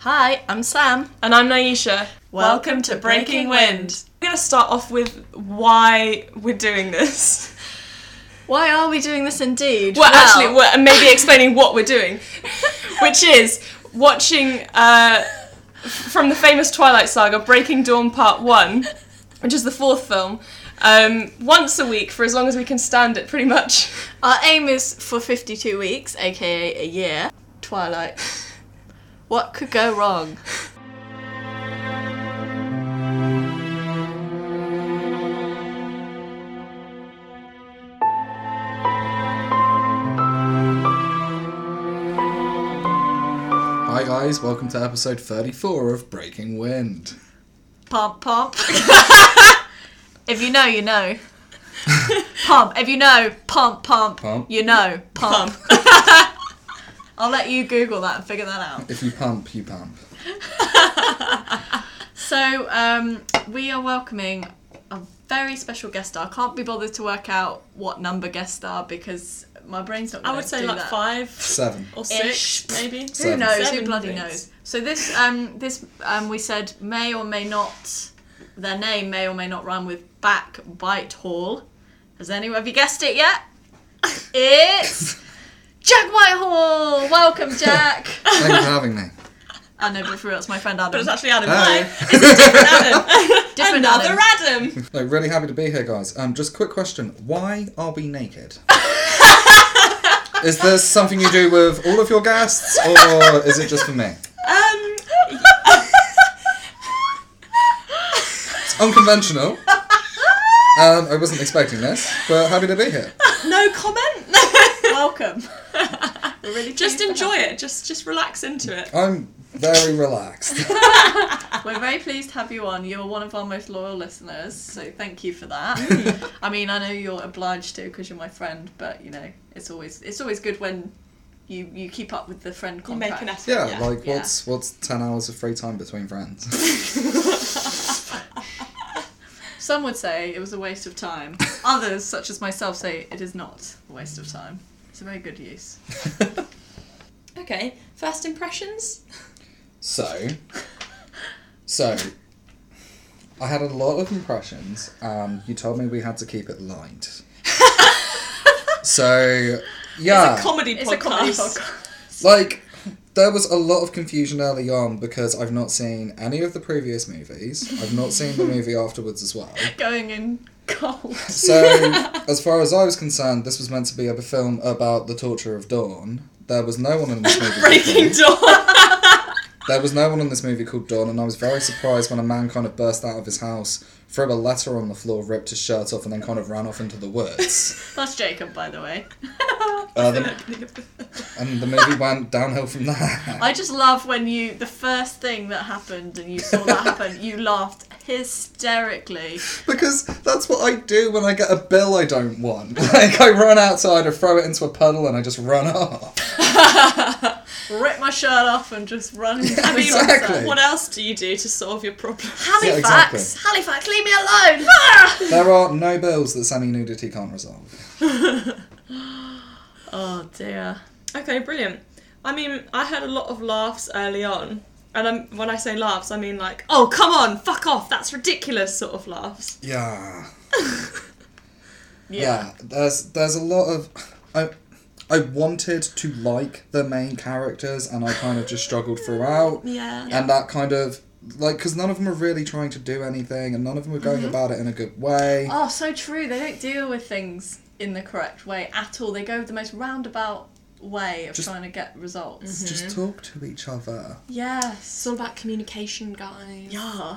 Hi, I'm Sam. And I'm Naisha. Welcome, to Breaking Wind. We're going to start off with why we're doing this. Why are we doing this indeed? Well, actually, we're and maybe explaining what we're doing, which is watching uh, f- from the famous Twilight Saga Breaking Dawn Part 1, which is the fourth film, um, once a week for as long as we can stand it, pretty much. our aim is for 52 weeks, aka a year. Twilight. What could go wrong? Hi guys, welcome to episode 34 of Breaking Wind. Pump, pump. if you know, you know. pump. If you know, pump, pump. Pump. You know, pump. I'll let you Google that and figure that out. If you pump, you pump. So, um, we are welcoming a very special guest star. Can't be bothered to work out what number guest star because my brain's not. I gonna would say do like that. five Seven. or six, maybe. Who Seven. knows? Seven Who bloody things. knows? So this, um, this, um, we said may or may not, their name may or may not rhyme with back Whitehall. Has anyone have you guessed it yet? It's Jack Whitehall. Welcome, Jack. Thank you for having me. I know, but for real, it's my friend But Adam. it's actually Adam. Hi. Hi. It's a different Adam. Different Another Adam. Adam. No, really happy to be here, guys. Um, just a quick question: Why are we naked? is this something you do with all of your guests, or is it just for me? Um, It's unconventional. Um, I wasn't expecting this, but happy to be here. no comment. Welcome. We're really just pleased to enjoy it. Just just relax into it. I'm very relaxed. have- We're very pleased to have you on. You're one of our most loyal listeners, so thank you for that. I mean, I know you're obliged to because you're my friend, but you know, it's always it's always good when you you keep up with the friend You make contract. an effort. Yeah, like Yeah. what's what's ten hours of free time between friends? Some would say it was a waste of time. Others, such as myself, say it is not a waste of time. It's a very good use. Okay, first impressions. So, so I had a lot of impressions. Um, you told me we had to keep it light. so, yeah, It's a comedy It's podcast. a comedy podcast. like there was a lot of confusion early on because I've not seen any of the previous movies. I've not seen the movie afterwards as well. Going in cold. So, as far as I was concerned, this was meant to be a film about the torture of Dawn. There was no one in this movie. Breaking Dawn. There was no one in this movie called Don, and I was very surprised when a man kind of burst out of his house, threw a letter on the floor, ripped his shirt off, and then kind of ran off into the woods. That's Jacob, by the way. Uh, the- and the movie went downhill from there. I just love when you the first thing that happened and you saw that happen, you laughed hysterically. because that's what I do when I get a bill I don't want. Like, I run outside, I throw it into a puddle, and I just run off. Rip my shirt off and just run. I mean, Exactly. what else do you do to solve your problems? Halifax, exactly. Halifax, leave me alone. Ah! There are no bills that semi nudity can't resolve. oh dear. Okay, brilliant. I mean, I had a lot of laughs early on. And I'm, when I say laughs, I mean like, oh, come on, fuck off, that's ridiculous sort of laughs. Yeah. Yeah. Yeah, there's there's a lot of I I wanted to like the main characters and I kind of just struggled throughout. Yeah. and that kind of like because none of them are really trying to do anything and none of them are going about it in a good way Oh, so true. They don't deal with things in the correct way at all. They go the most roundabout way of Just- Mm-hmm. trying to get results. just talk to each other Yes. It's all about communication, guys. Yeah.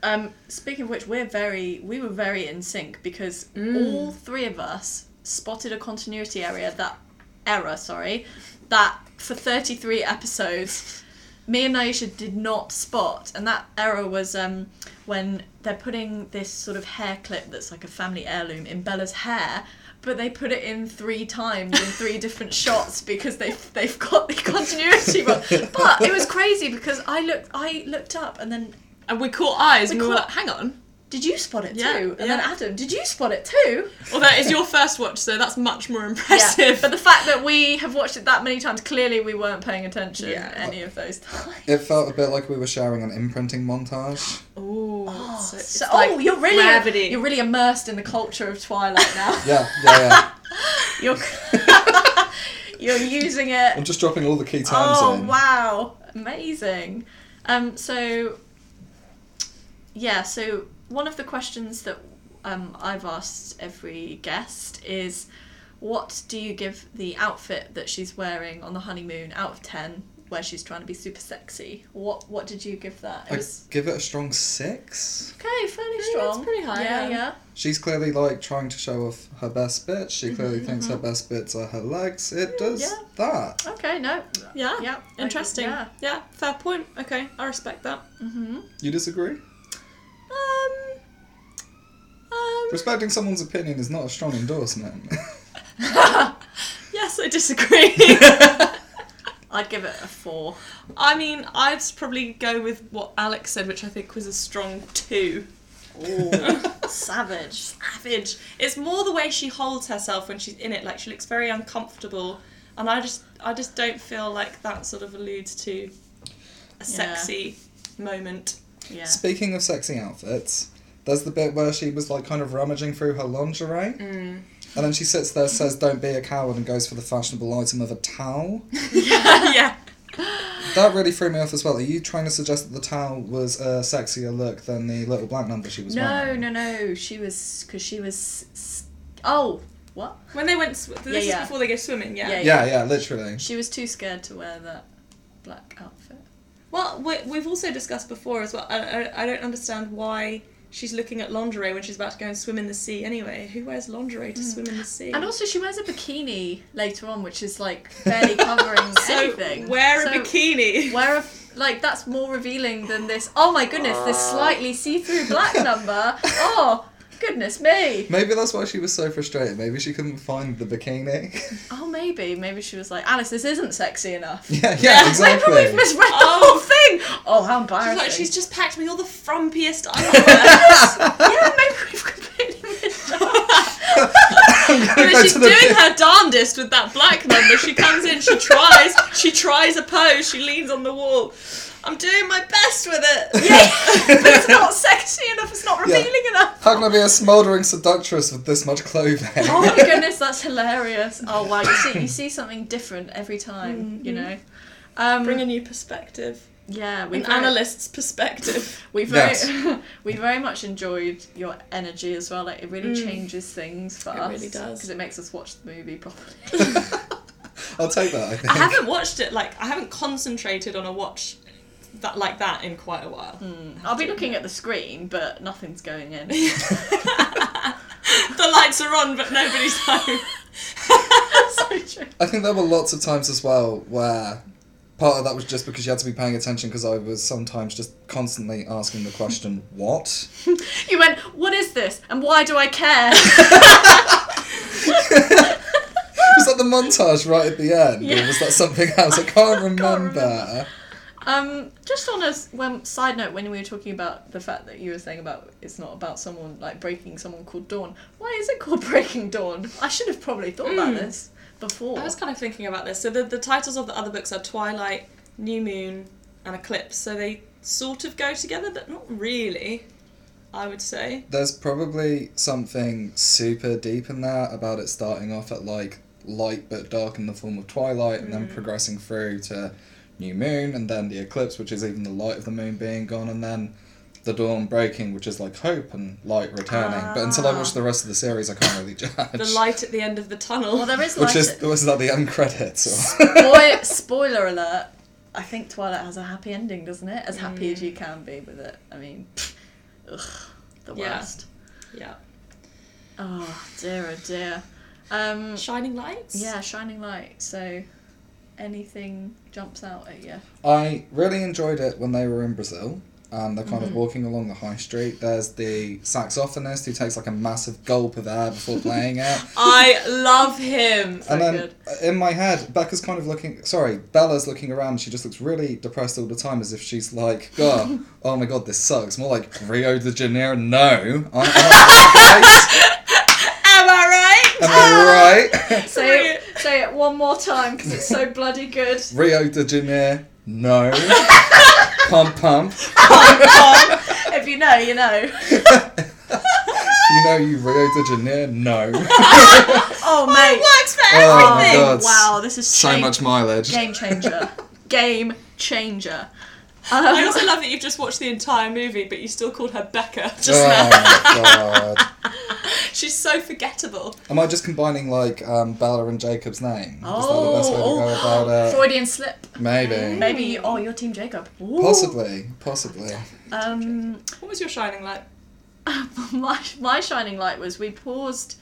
Um, speaking of which, we're very we were very in sync because all three of us spotted a continuity area that error, sorry, that for thirty three episodes, me and Naisha did not spot, and that error was um when they're putting this sort of hair clip that's like a family heirloom in Bella's hair. But they put it in three times in three different shots because they they've got the continuity wrong. But it was crazy because I looked I looked up and then And we caught eyes and we We were caught- like, hang on, Did you spot it Yeah, too? And then yeah. Adam, did you spot it too? Well, that is your first watch, so that's much more impressive. But the fact that we have watched it that many times, clearly we weren't paying attention Yeah. any of those times. It felt a bit like we were sharing an imprinting montage. Ooh, so it's So, like oh, you're really gravity. you're really immersed in the culture of Twilight now. Yeah, yeah, yeah. you're you're using it. I'm just dropping all the key terms Oh in. wow, amazing. Um, so yeah, so one of the questions that um, I've asked every guest is, what do you give the outfit that she's wearing on the honeymoon out of ten? Where she's trying to be super sexy. What what did you give that? It I was give it a strong six. okay, fairly that's strong. pretty high, um, Yeah, yeah. yeah. She's clearly like trying to show off her best bits. She clearly thinks her best bits are her legs. It does Mm-hmm, Mm, yeah. that. Okay, no. yeah, Yeah. ah, interesting. Yeah. Yeah. fair point. Okay, I respect that. Mm-hmm. You disagree? Um, um, Respecting someone's opinion is not a strong endorsement. yes, I disagree. I'd give it a four. I mean, I'd probably go with what Alex said, which I think was a strong two. Savage. Savage. It's more the way she holds herself when she's in it. Like she looks very uncomfortable, and I just, I just don't feel like that sort of alludes to a sexy moment. Yeah. Speaking of sexy outfits, there's the bit where she was like kind of rummaging through her lingerie. Hmm. Mm-hmm. And then she sits there, says, Don't be a coward, and goes for the fashionable item of a towel. yeah. That really threw me off as well. Are you trying to suggest that the towel was a sexier look than the little black number she was No, wearing? no, no. She was because she was. s- s- Oh, what? When they went, sw- this Yeah, is yeah. before they go swimming. Yeah. Yeah. Yeah, yeah, literally. She was too scared to wear that black outfit. Well, we, we've also discussed before as well. I, I, I don't understand why she's looking at lingerie when she's about to go and swim in the sea. Anyway, who wears lingerie to swim in the sea? Hmm. And also, she wears a bikini later on, which is like barely covering so anything. wear a So bikini. Wear a like that's more revealing than this. Oh my goodness, this slightly see-through black number. Oh goodness me. Maybe that's why she was so frustrated. Maybe she couldn't find the bikini. Oh maybe, maybe she was like Alice, this isn't sexy enough. yeah, yeah, Yeah, exactly. Maybe we've misread Oh. the whole thing. Oh how She's embarrassing. like, she's just packed me all the frumpiest underwear. yeah, maybe we've completely misread. I'm gonna But go she's to the doing bit- her darndest with that black number. She comes in, she tries, she tries a pose, she leans on the wall. I'm doing my best with it. Yeah, but it's not sexy enough. It's not revealing enough. How can I be a smouldering seductress with this much clothing? Oh my goodness, that's hilarious. Oh wow, you see, you see something different every time. You know. Um, Bring a new perspective, yeah, we an very, analyst's perspective. we very, Yes. we very much enjoyed your energy as well. Like it really changes things for It us. really does. because it makes us watch the movie properly. I'll take that, I think. I haven't watched it like I haven't concentrated on a watch that like that in quite a while. I'll be looking at the screen, but nothing's going in. the lights are on, but nobody's home. so true. I think there were lots of times as well where part of that was just because you had to be paying attention because I was sometimes just constantly asking the question, what? You went, what is this, and why do I care? Was that the montage right at the end? Or was that something else? I can't remember. Um, just on a s- when, side note, when we were talking about the fact that you were saying about it's not about someone like breaking someone called Dawn. Why is it called Breaking Dawn? I should have probably thought about this before. Hmm. I was kind of thinking about this. So the, the titles of the other books are Twilight, New Moon, and Eclipse. So they sort of go together, but not really. I would say. There's probably something super deep in there about it starting off at like light but dark in the form of twilight and then progressing through to new moon and then the eclipse, which is even the light of the moon being gone, and then the dawn breaking, which is like hope and light returning. But until I watch the rest of the series, I can't really judge. The light at the end of the tunnel. well, there is which like is was that the end credits? Or? boy, spoiler alert. I think Twilight has a happy ending, doesn't it? As happy as you Hmm. can be with it. I mean, ugh, the Yeah. worst. yeah. Oh dear, oh dear. Um, Shining lights. yeah, Shining Light. So, anything jumps out at you? I really enjoyed it when they were in Brazil. and they're kind of Mm-hmm. walking along the high street. There's the saxophonist who takes like a massive gulp of air before playing it. I love him. and Oh, so then good. uh, in my head, Becca's kind of looking. Sorry, Bella's looking around. She just looks really depressed all the time, as if she's like, "God, oh my god, this sucks." More like Rio de Janeiro. No, I'm, i Am I right? am I right? Say it, say it one more time because it's so bloody good. Rio de Janeiro. No. pump pump. If you know, you know. You know you Rio de Janeiro. No. Oh mate, Works for Oh my everything. god. wow, this is So shame- much mileage. game changer. game changer. I Um, also love that you've just watched the entire movie, but you still called her Becca just oh now. my god. She's so forgettable. Am I just combining like um, Bella and Jacob's name? Is that the best way to Oh, go about it? Freudian slip. Maybe. Maybe you, oh, you're Team Jacob. Ooh. Possibly. Possibly. Um, What was your shining light? my my shining light was we paused.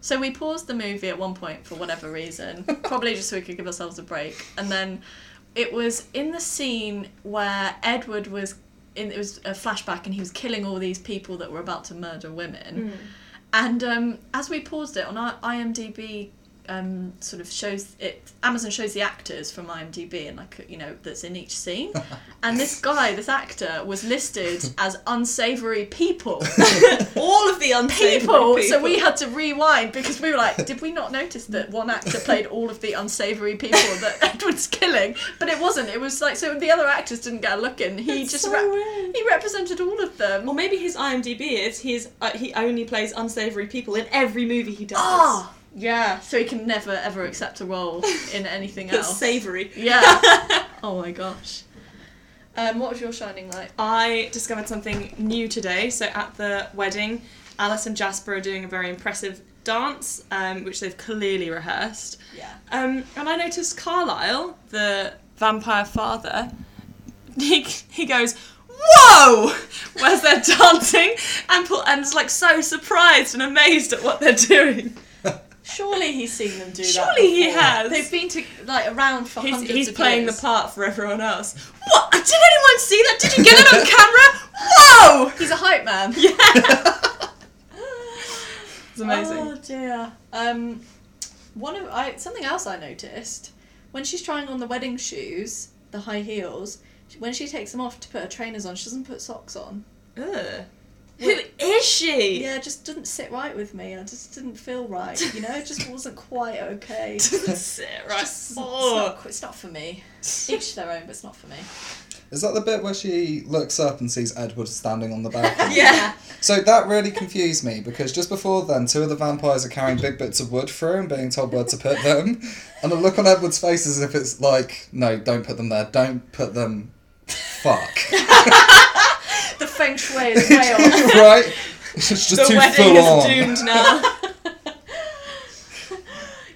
So we paused the movie at one point for whatever reason, probably just so we could give ourselves a break. And then it was in the scene where Edward was in. It was a flashback, and he was killing all these people that were about to murder women. And um, as we paused it on our IMDb, um, sort of shows it. Amazon shows the actors from IMDb, and like you know that's in each scene. And this guy, this actor, was listed as unsavory people. All of the unsavory people. So we had to rewind because we were like, did we not notice that one actor played all of the unsavory people that Edward's killing? But it wasn't. It was like so the other actors didn't get a look in. He That's just so re- weird. he represented all of them. Well, maybe his IMDb is his. Uh, he only plays unsavory people in every movie he does. Ah, yeah. So he can never ever accept a role in anything that's else. savory. Yeah. oh my gosh. Um, what was your shining light? I discovered something new today. So at the wedding, Alice and Jasper are doing a very impressive dance, um, which they've clearly rehearsed. Yeah. Um, and I noticed Carlisle, the vampire father, he, he goes, Whoa! Where's they're dancing and, pull, and is like so surprised and amazed at what they're doing. Surely he's seen them do that. Surely he before. has. They've been to like around for He's, hundreds he's of playing years. the part for everyone else. What? Did anyone see that? Did you get it on camera? Whoa! He's a hype man. It's amazing. Oh dear. Um, one of I something else I noticed when she's trying on the wedding shoes, the high heels. she- When she takes them off to put her trainers on, she doesn't put socks on. Ugh. Who is she? Oh, Yeah, it just didn't sit right with me. I just didn't feel right. You know, it just wasn't quite okay. It's Doesn't sit right. just- it's, Oh. not, qu- it's not for me. Each their own, but it's not for me. Is that the bit where she looks up and sees Edward standing on the balcony? Yeah. So that really confused me because just before then, two of the vampires are carrying big bits of wood through and being told where to put them. And the look on Edward's face is if it's like, no, don't put them there, don't put them. Fuck. The feng shui is way off. right? It's just The too wedding full is on. doomed now.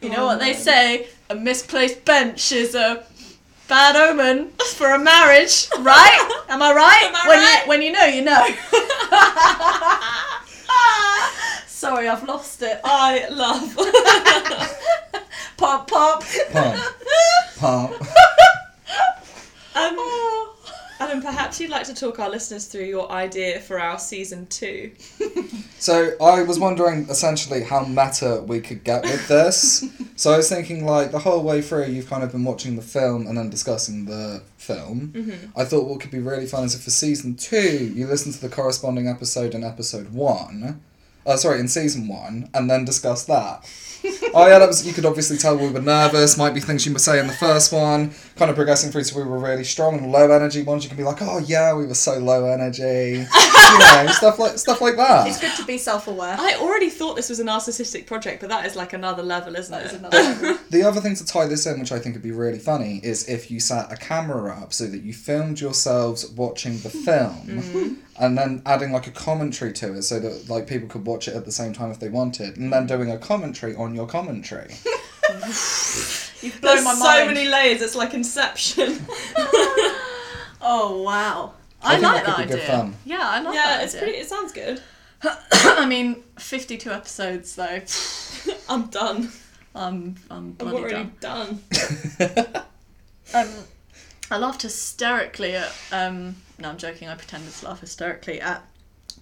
You know what Oh, they say? A misplaced bench is a bad omen for a marriage, right? Am I right? Am I when right? you when you know, you know. Sorry, I've lost it. I love. Pop, pop. Pump. Pump. um, Alan, perhaps you'd like to talk our listeners through your idea for our season two. So I was wondering essentially how meta we could get with this. so I was thinking like the whole way through you've kind of been watching the film and then discussing the film. I thought what could be really fun is if for season two you listen to the corresponding episode in episode one. Uh, sorry, in season one, and then discuss that. I had ups- you could obviously tell we were nervous, might be things you would say in the first one, kind of progressing through to we were really strong and low energy ones. You can be like, oh yeah, we were so low energy, you know, stuff like stuff like that. It's good to be self-aware. I already thought this was a narcissistic project, but that is like another level, isn't That it? is another The other thing to tie this in, which I think would be really funny, is if you set a camera up so that you filmed yourselves watching the film Mm-hmm. and then adding like a commentary to it so that like people could watch it at the same time if they wanted and then doing a commentary on your commentary. You've blown There's my so mind. many layers. It's like Inception. Oh wow. I, think like that that could be idea. good fun. Yeah, I like yeah, that it's idea. pretty. It sounds good. I mean, 52 episodes though. I'm done. I'm I'm I'm bloody already done. done. Um, I laughed hysterically at. Um, no, I'm joking. I pretended to laugh hysterically at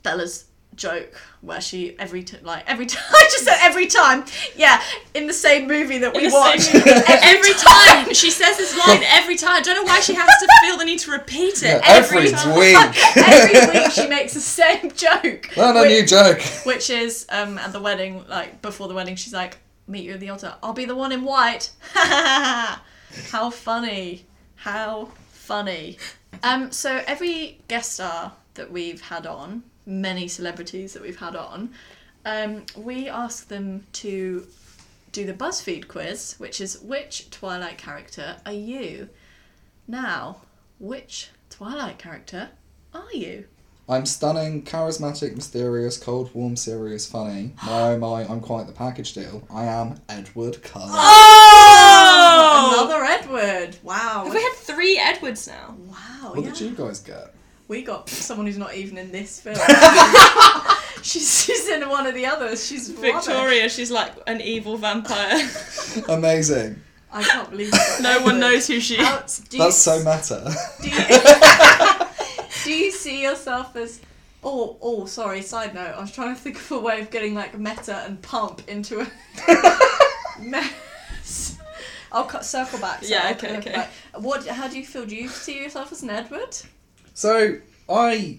Bella's joke where she every t- like every time I just said every time. Yeah, in the same movie that we the same watched. movie. every Every time she says this line, every time. I don't know why she has to feel the need to repeat it. every every time. week. every week she makes the same joke. Learn a which, new joke. which is um, at the wedding, like before the wedding, she's like, "Meet you at the altar. I'll be the one in white." How funny! How funny! Um, so every guest star that we've had on, many celebrities that we've had on, um, we ask them to do the BuzzFeed quiz, which is which Twilight character are you? Now, which Twilight character are you? I'm stunning, charismatic, mysterious, cold, warm, serious, funny. My oh my, I'm quite the package deal. I am Edward Cullen. Oh! Another Edward. Wow. We had three Edwards now. Wow, what yeah. did you guys get? We got someone who's not even in this film. she's, she's in one of the others. She's rubbish. Victoria, she's like an evil vampire. Amazing. I can't believe we got no one Edward. knows who she is. How- do you, That's so meta. do, you, do you see yourself as? Oh, oh, sorry. Side note. I was trying to think of a way of getting like meta and pump into a mess. I'll cut, circle back. so Yeah, I'll okay, circle okay. back. What? How do you feel? Do you see yourself as an Edward? So I,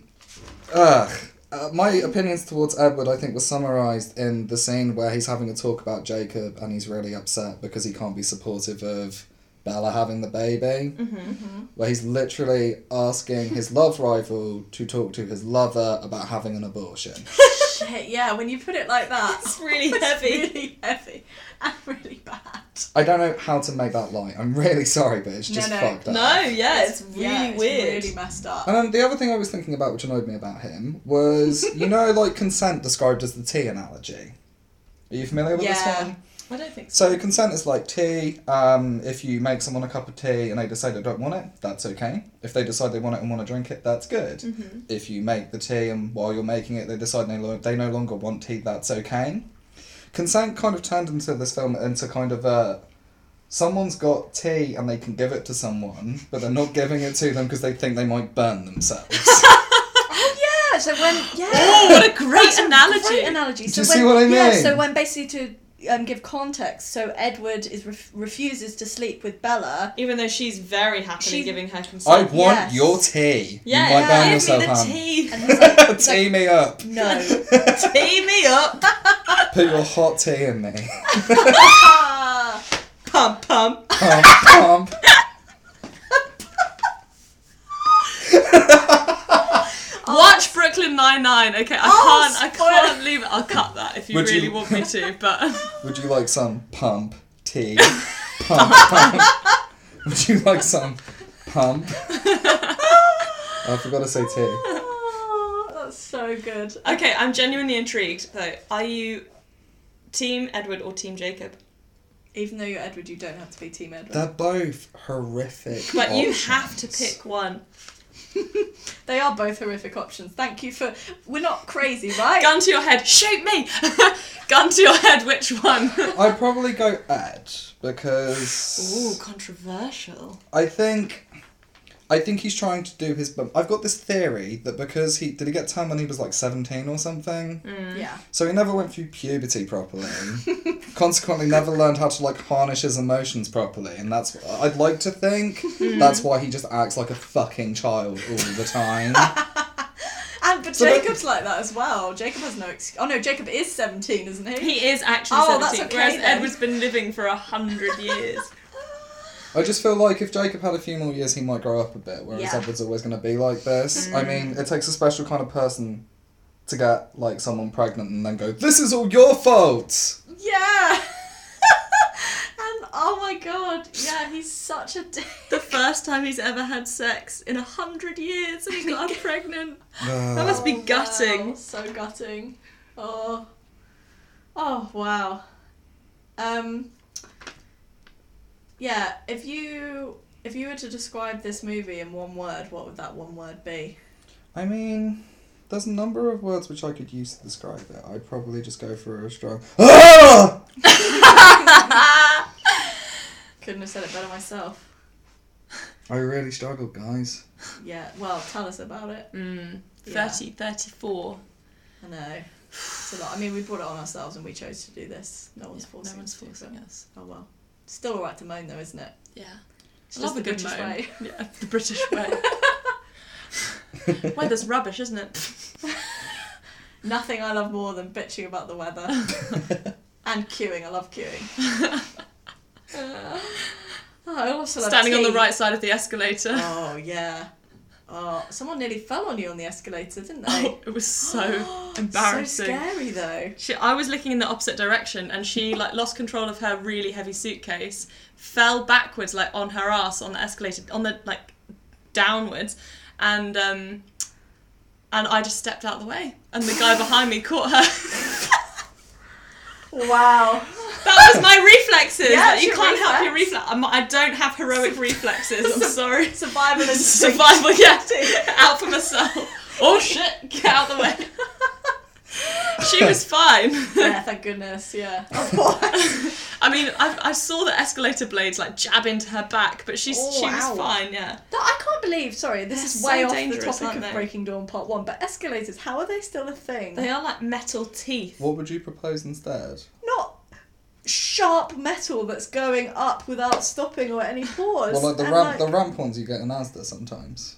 ugh, uh, my opinions towards Edward, I think, were summarized in the scene where he's having a talk about Jacob and he's really upset because he can't be supportive of Bella having the baby. Mm-hmm, Where he's literally asking his love rival to talk to his lover about having an abortion. Shit, yeah. When you put it like that, It's really It's heavy. really heavy and really bad. I don't know how to make that light. I'm really sorry, but it's No, just no. fucked up. No, yeah, it's really Yeah, it's weird. really messed up. And then the other thing I was thinking about, which annoyed me about him, was you know, like consent described as the tea analogy. Are you familiar with this Yeah. one? I don't think so. So consent is like tea. Um, if you make someone a cup of tea and they decide they don't want it, that's okay. If they decide they want it and want to drink it, that's good. Mm-hmm. If you make the tea and while you're making it, they decide they, lo- they no longer want tea, that's okay. Consent kind of turned into this film into kind of a someone's got tea and they can give it to someone, but they're not giving it to them because they think they might burn themselves. Oh yeah. So when yeah. what a great analogy. Great analogy. Do So you when, see what I Yeah. mean? So when basically to um, give context, so Edward is ref- refuses to sleep with Bella. Even though she's very happily She's- giving her I consent. want Yes. your tea. yeah, you might burn give yourself, me the hun. tea. And he's like, he's Tea like me up. no. tea me up. Put your hot tea in me. Ah, Pump, pump. pump, pump. Watch Brooklyn Nine Nine. Okay, I Oh, can't. I spoil- can't leave it. I'll cut that if you Would really you- want me to. But Would you like some pump tea? Pump, pump. Would you like some pump? I forgot to say tea. Ah, that's so good. okay, I'm genuinely intrigued though. Are you Team Edward or Team Jacob? Even though you're Edward, you don't have to be Team Edward. They're both horrific. But you options. have to pick one. they are both horrific options. Thank you for. We're not crazy, right? Gun to your head. Shoot me. Gun to your head. Which one? I'd probably go Ed because Ooh, controversial. I think I think he's trying to do his. But I've got this theory that because he did he get time when he was like seventeen or something. Yeah. So he never went through puberty properly. Consequently, never learned how to like harness his emotions properly, and that's I'd like to think that's why he just acts like a fucking child all the time. And but So that- Jacob's like that as well. Jacob has no. Ex- oh no, Jacob is seventeen, isn't he? He is actually Oh, 17, that's okay whereas then. Edward's been living for a hundred years. I just feel like if Jacob had a few more years, he might grow up a bit. Whereas Yeah. Edward's always going to be like this. I mean, it takes a special kind of person to get like someone pregnant and then go, "This is all your fault." Yeah. and oh my god, yeah, he's such a dick. the first time he's ever had sex in a hundred years and he got pregnant. That Ugh. must be Oh, gutting. wow, So gutting. Oh. Oh wow. Um. Yeah, if you if you were to describe this movie in one word, what would that one word be? I mean, there's a number of words which I could use to describe it. I'd probably just go for a strong. Ah! Couldn't have said it better myself. I really struggled, guys. Yeah, well, tell us about it. Mm, 30, Yeah. 34. I know. It's a lot. I mean, we brought it on ourselves and we chose to do this. No one's forcing No one's us to do forcing us. it. Oh well. Still alright to moan though, isn't it? Yeah. It's just the British moan. way. Yeah, the British way. Weather's rubbish, isn't it? Nothing I love more than bitching about the weather. and queuing. I love queuing. oh, I also love Standing on the tea. right side of the escalator. Oh yeah. Oh, someone nearly fell on you on the escalator, didn't they? Oh, it was so So embarrassing. scary though. She, I was looking in the opposite direction, and she like lost control of her really heavy suitcase, fell backwards like on her ass on the escalator, on the like downwards, and um, and I just stepped out the way, and the guy behind me caught her. Wow. that was my reflexes. Yeah, like, you it's your can't help your reflex. I'm, I don't have heroic reflexes. I'm sorry. Survival and Survival, yeah. out for myself. Oh shit! Get out of the way. she was fine. yeah, thank goodness, yeah. Otherwise- I mean, I, I saw the escalator blades like jab into her back, but she's Oh, she was ow. fine. Yeah, No, I can't believe, sorry, this is They're way so off the dangerous, topic aren't of they? Breaking Dawn Part 1, but escalators, how are they still a thing? they are like metal teeth. what would you propose instead? Not sharp metal that's going up without stopping or any pause. Well, like the and, ramp, like- the ramp ones you get in Asda sometimes.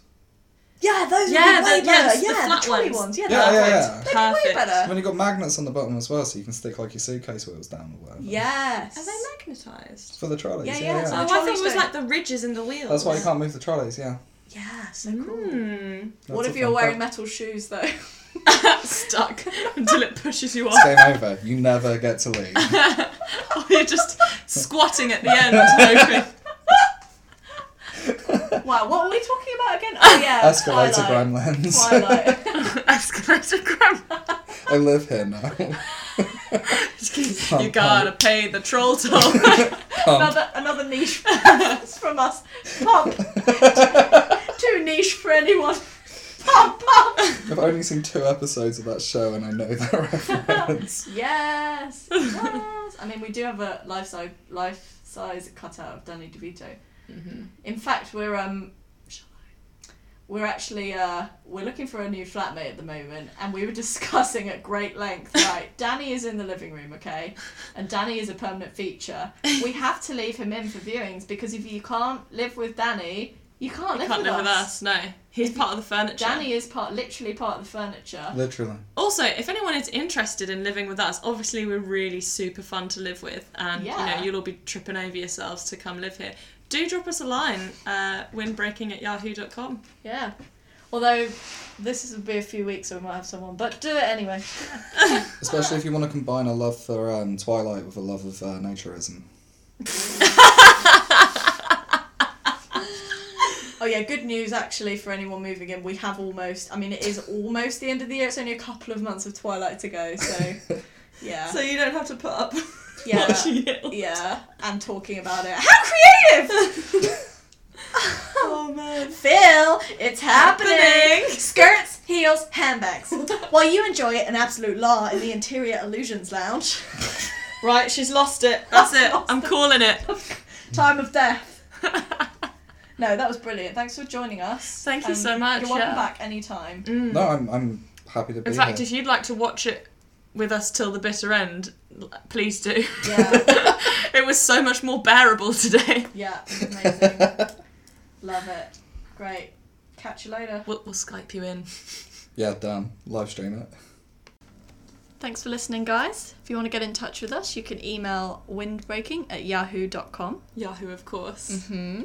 Yeah, those Yeah, would be way the- yeah, better. the yeah, flat the trolley ones. Yeah, Yeah, the yeah, flat yeah. ones. They'd be way Perfect. better. When you got magnets on the bottom as well, so you can stick like your suitcase wheels down or whatever. Yes. Are they magnetized? For the trolleys. Yeah, Yeah, yeah, yeah. it's Oh, I The thought trolleys it was don't- like the ridges in the wheels. That's why you can't move the trolleys. Yeah. Yeah, so cool. Mm. That's What a if you're fun wearing fact. metal shoes though? Stuck until it pushes you It's off. game over. You never get to leave. or you're just squatting at the end, hoping. wow, what were we talking about again? Oh yeah, Escalator Twilight. gremlins. Twilight. Escalator grandma. I live here now. You gotta pay the troll toll. Pump. another another niche from us. Pump. Too niche for anyone. Pump, pump. I've only seen two episodes of that show and I know that reference. Yes. Yes. I mean, we do have a life size life size cutout of Danny DeVito. Mm-hmm. In fact, we're um. shall I? We're actually uh, we're looking for a new flatmate at the moment, and we were discussing at great length. Right, Danny is in the living room, okay, and Danny is a permanent feature. We have to leave him in for viewings because if you can't live with Danny, you can't, live, can't with, live us. with us. No, he's part of the furniture. Danny is part, literally part of the furniture. Literally. Also, if anyone is interested in living with us, obviously we're really super fun to live with, and you Yeah. know you'll all be tripping over yourselves to come live here. Do drop us a line, uh, winbreaking at yahoo.com. Yeah. Although this will be a few weeks, so we might have someone, but do it anyway. Especially if you want to combine a love for um, Twilight with a love of uh, naturism. Oh yeah, good news actually for anyone moving in. We have almost. I mean, it is almost the end of the year. It's only a couple of months of Twilight to go. So yeah, you don't have to put up Yeah. watching it. yeah, and talking about it. How creative! Oh man. Phil, it's happening. Happening. Skirts, heels, handbags. While you enjoy it an absolute law in the Interior Illusions Lounge, Right, she's lost it. That's I've it. lost I'm it. calling it. time of death. No, that was brilliant. Thanks for joining us. Thank you Um, so much, You're welcome yeah. back anytime. No, I'm, I'm happy to be Mm. In fact, here. if you'd like to watch it with us till the bitter end, l- please do. Yeah. it was so much more bearable today. Yeah, it was amazing. Love it. Great. Catch you later. We'll, we'll Skype you in. yeah, damn. Live stream it. Thanks for listening, guys. If you want to get in touch with us, you can email windbreaking at yahoo.com. Yahoo, of course. Mm-hmm.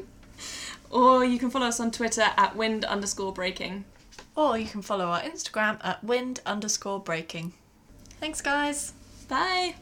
Or you can follow us on Twitter at wind underscore breaking. Or you can follow our Instagram at wind underscore breaking. Thanks, guys. Bye.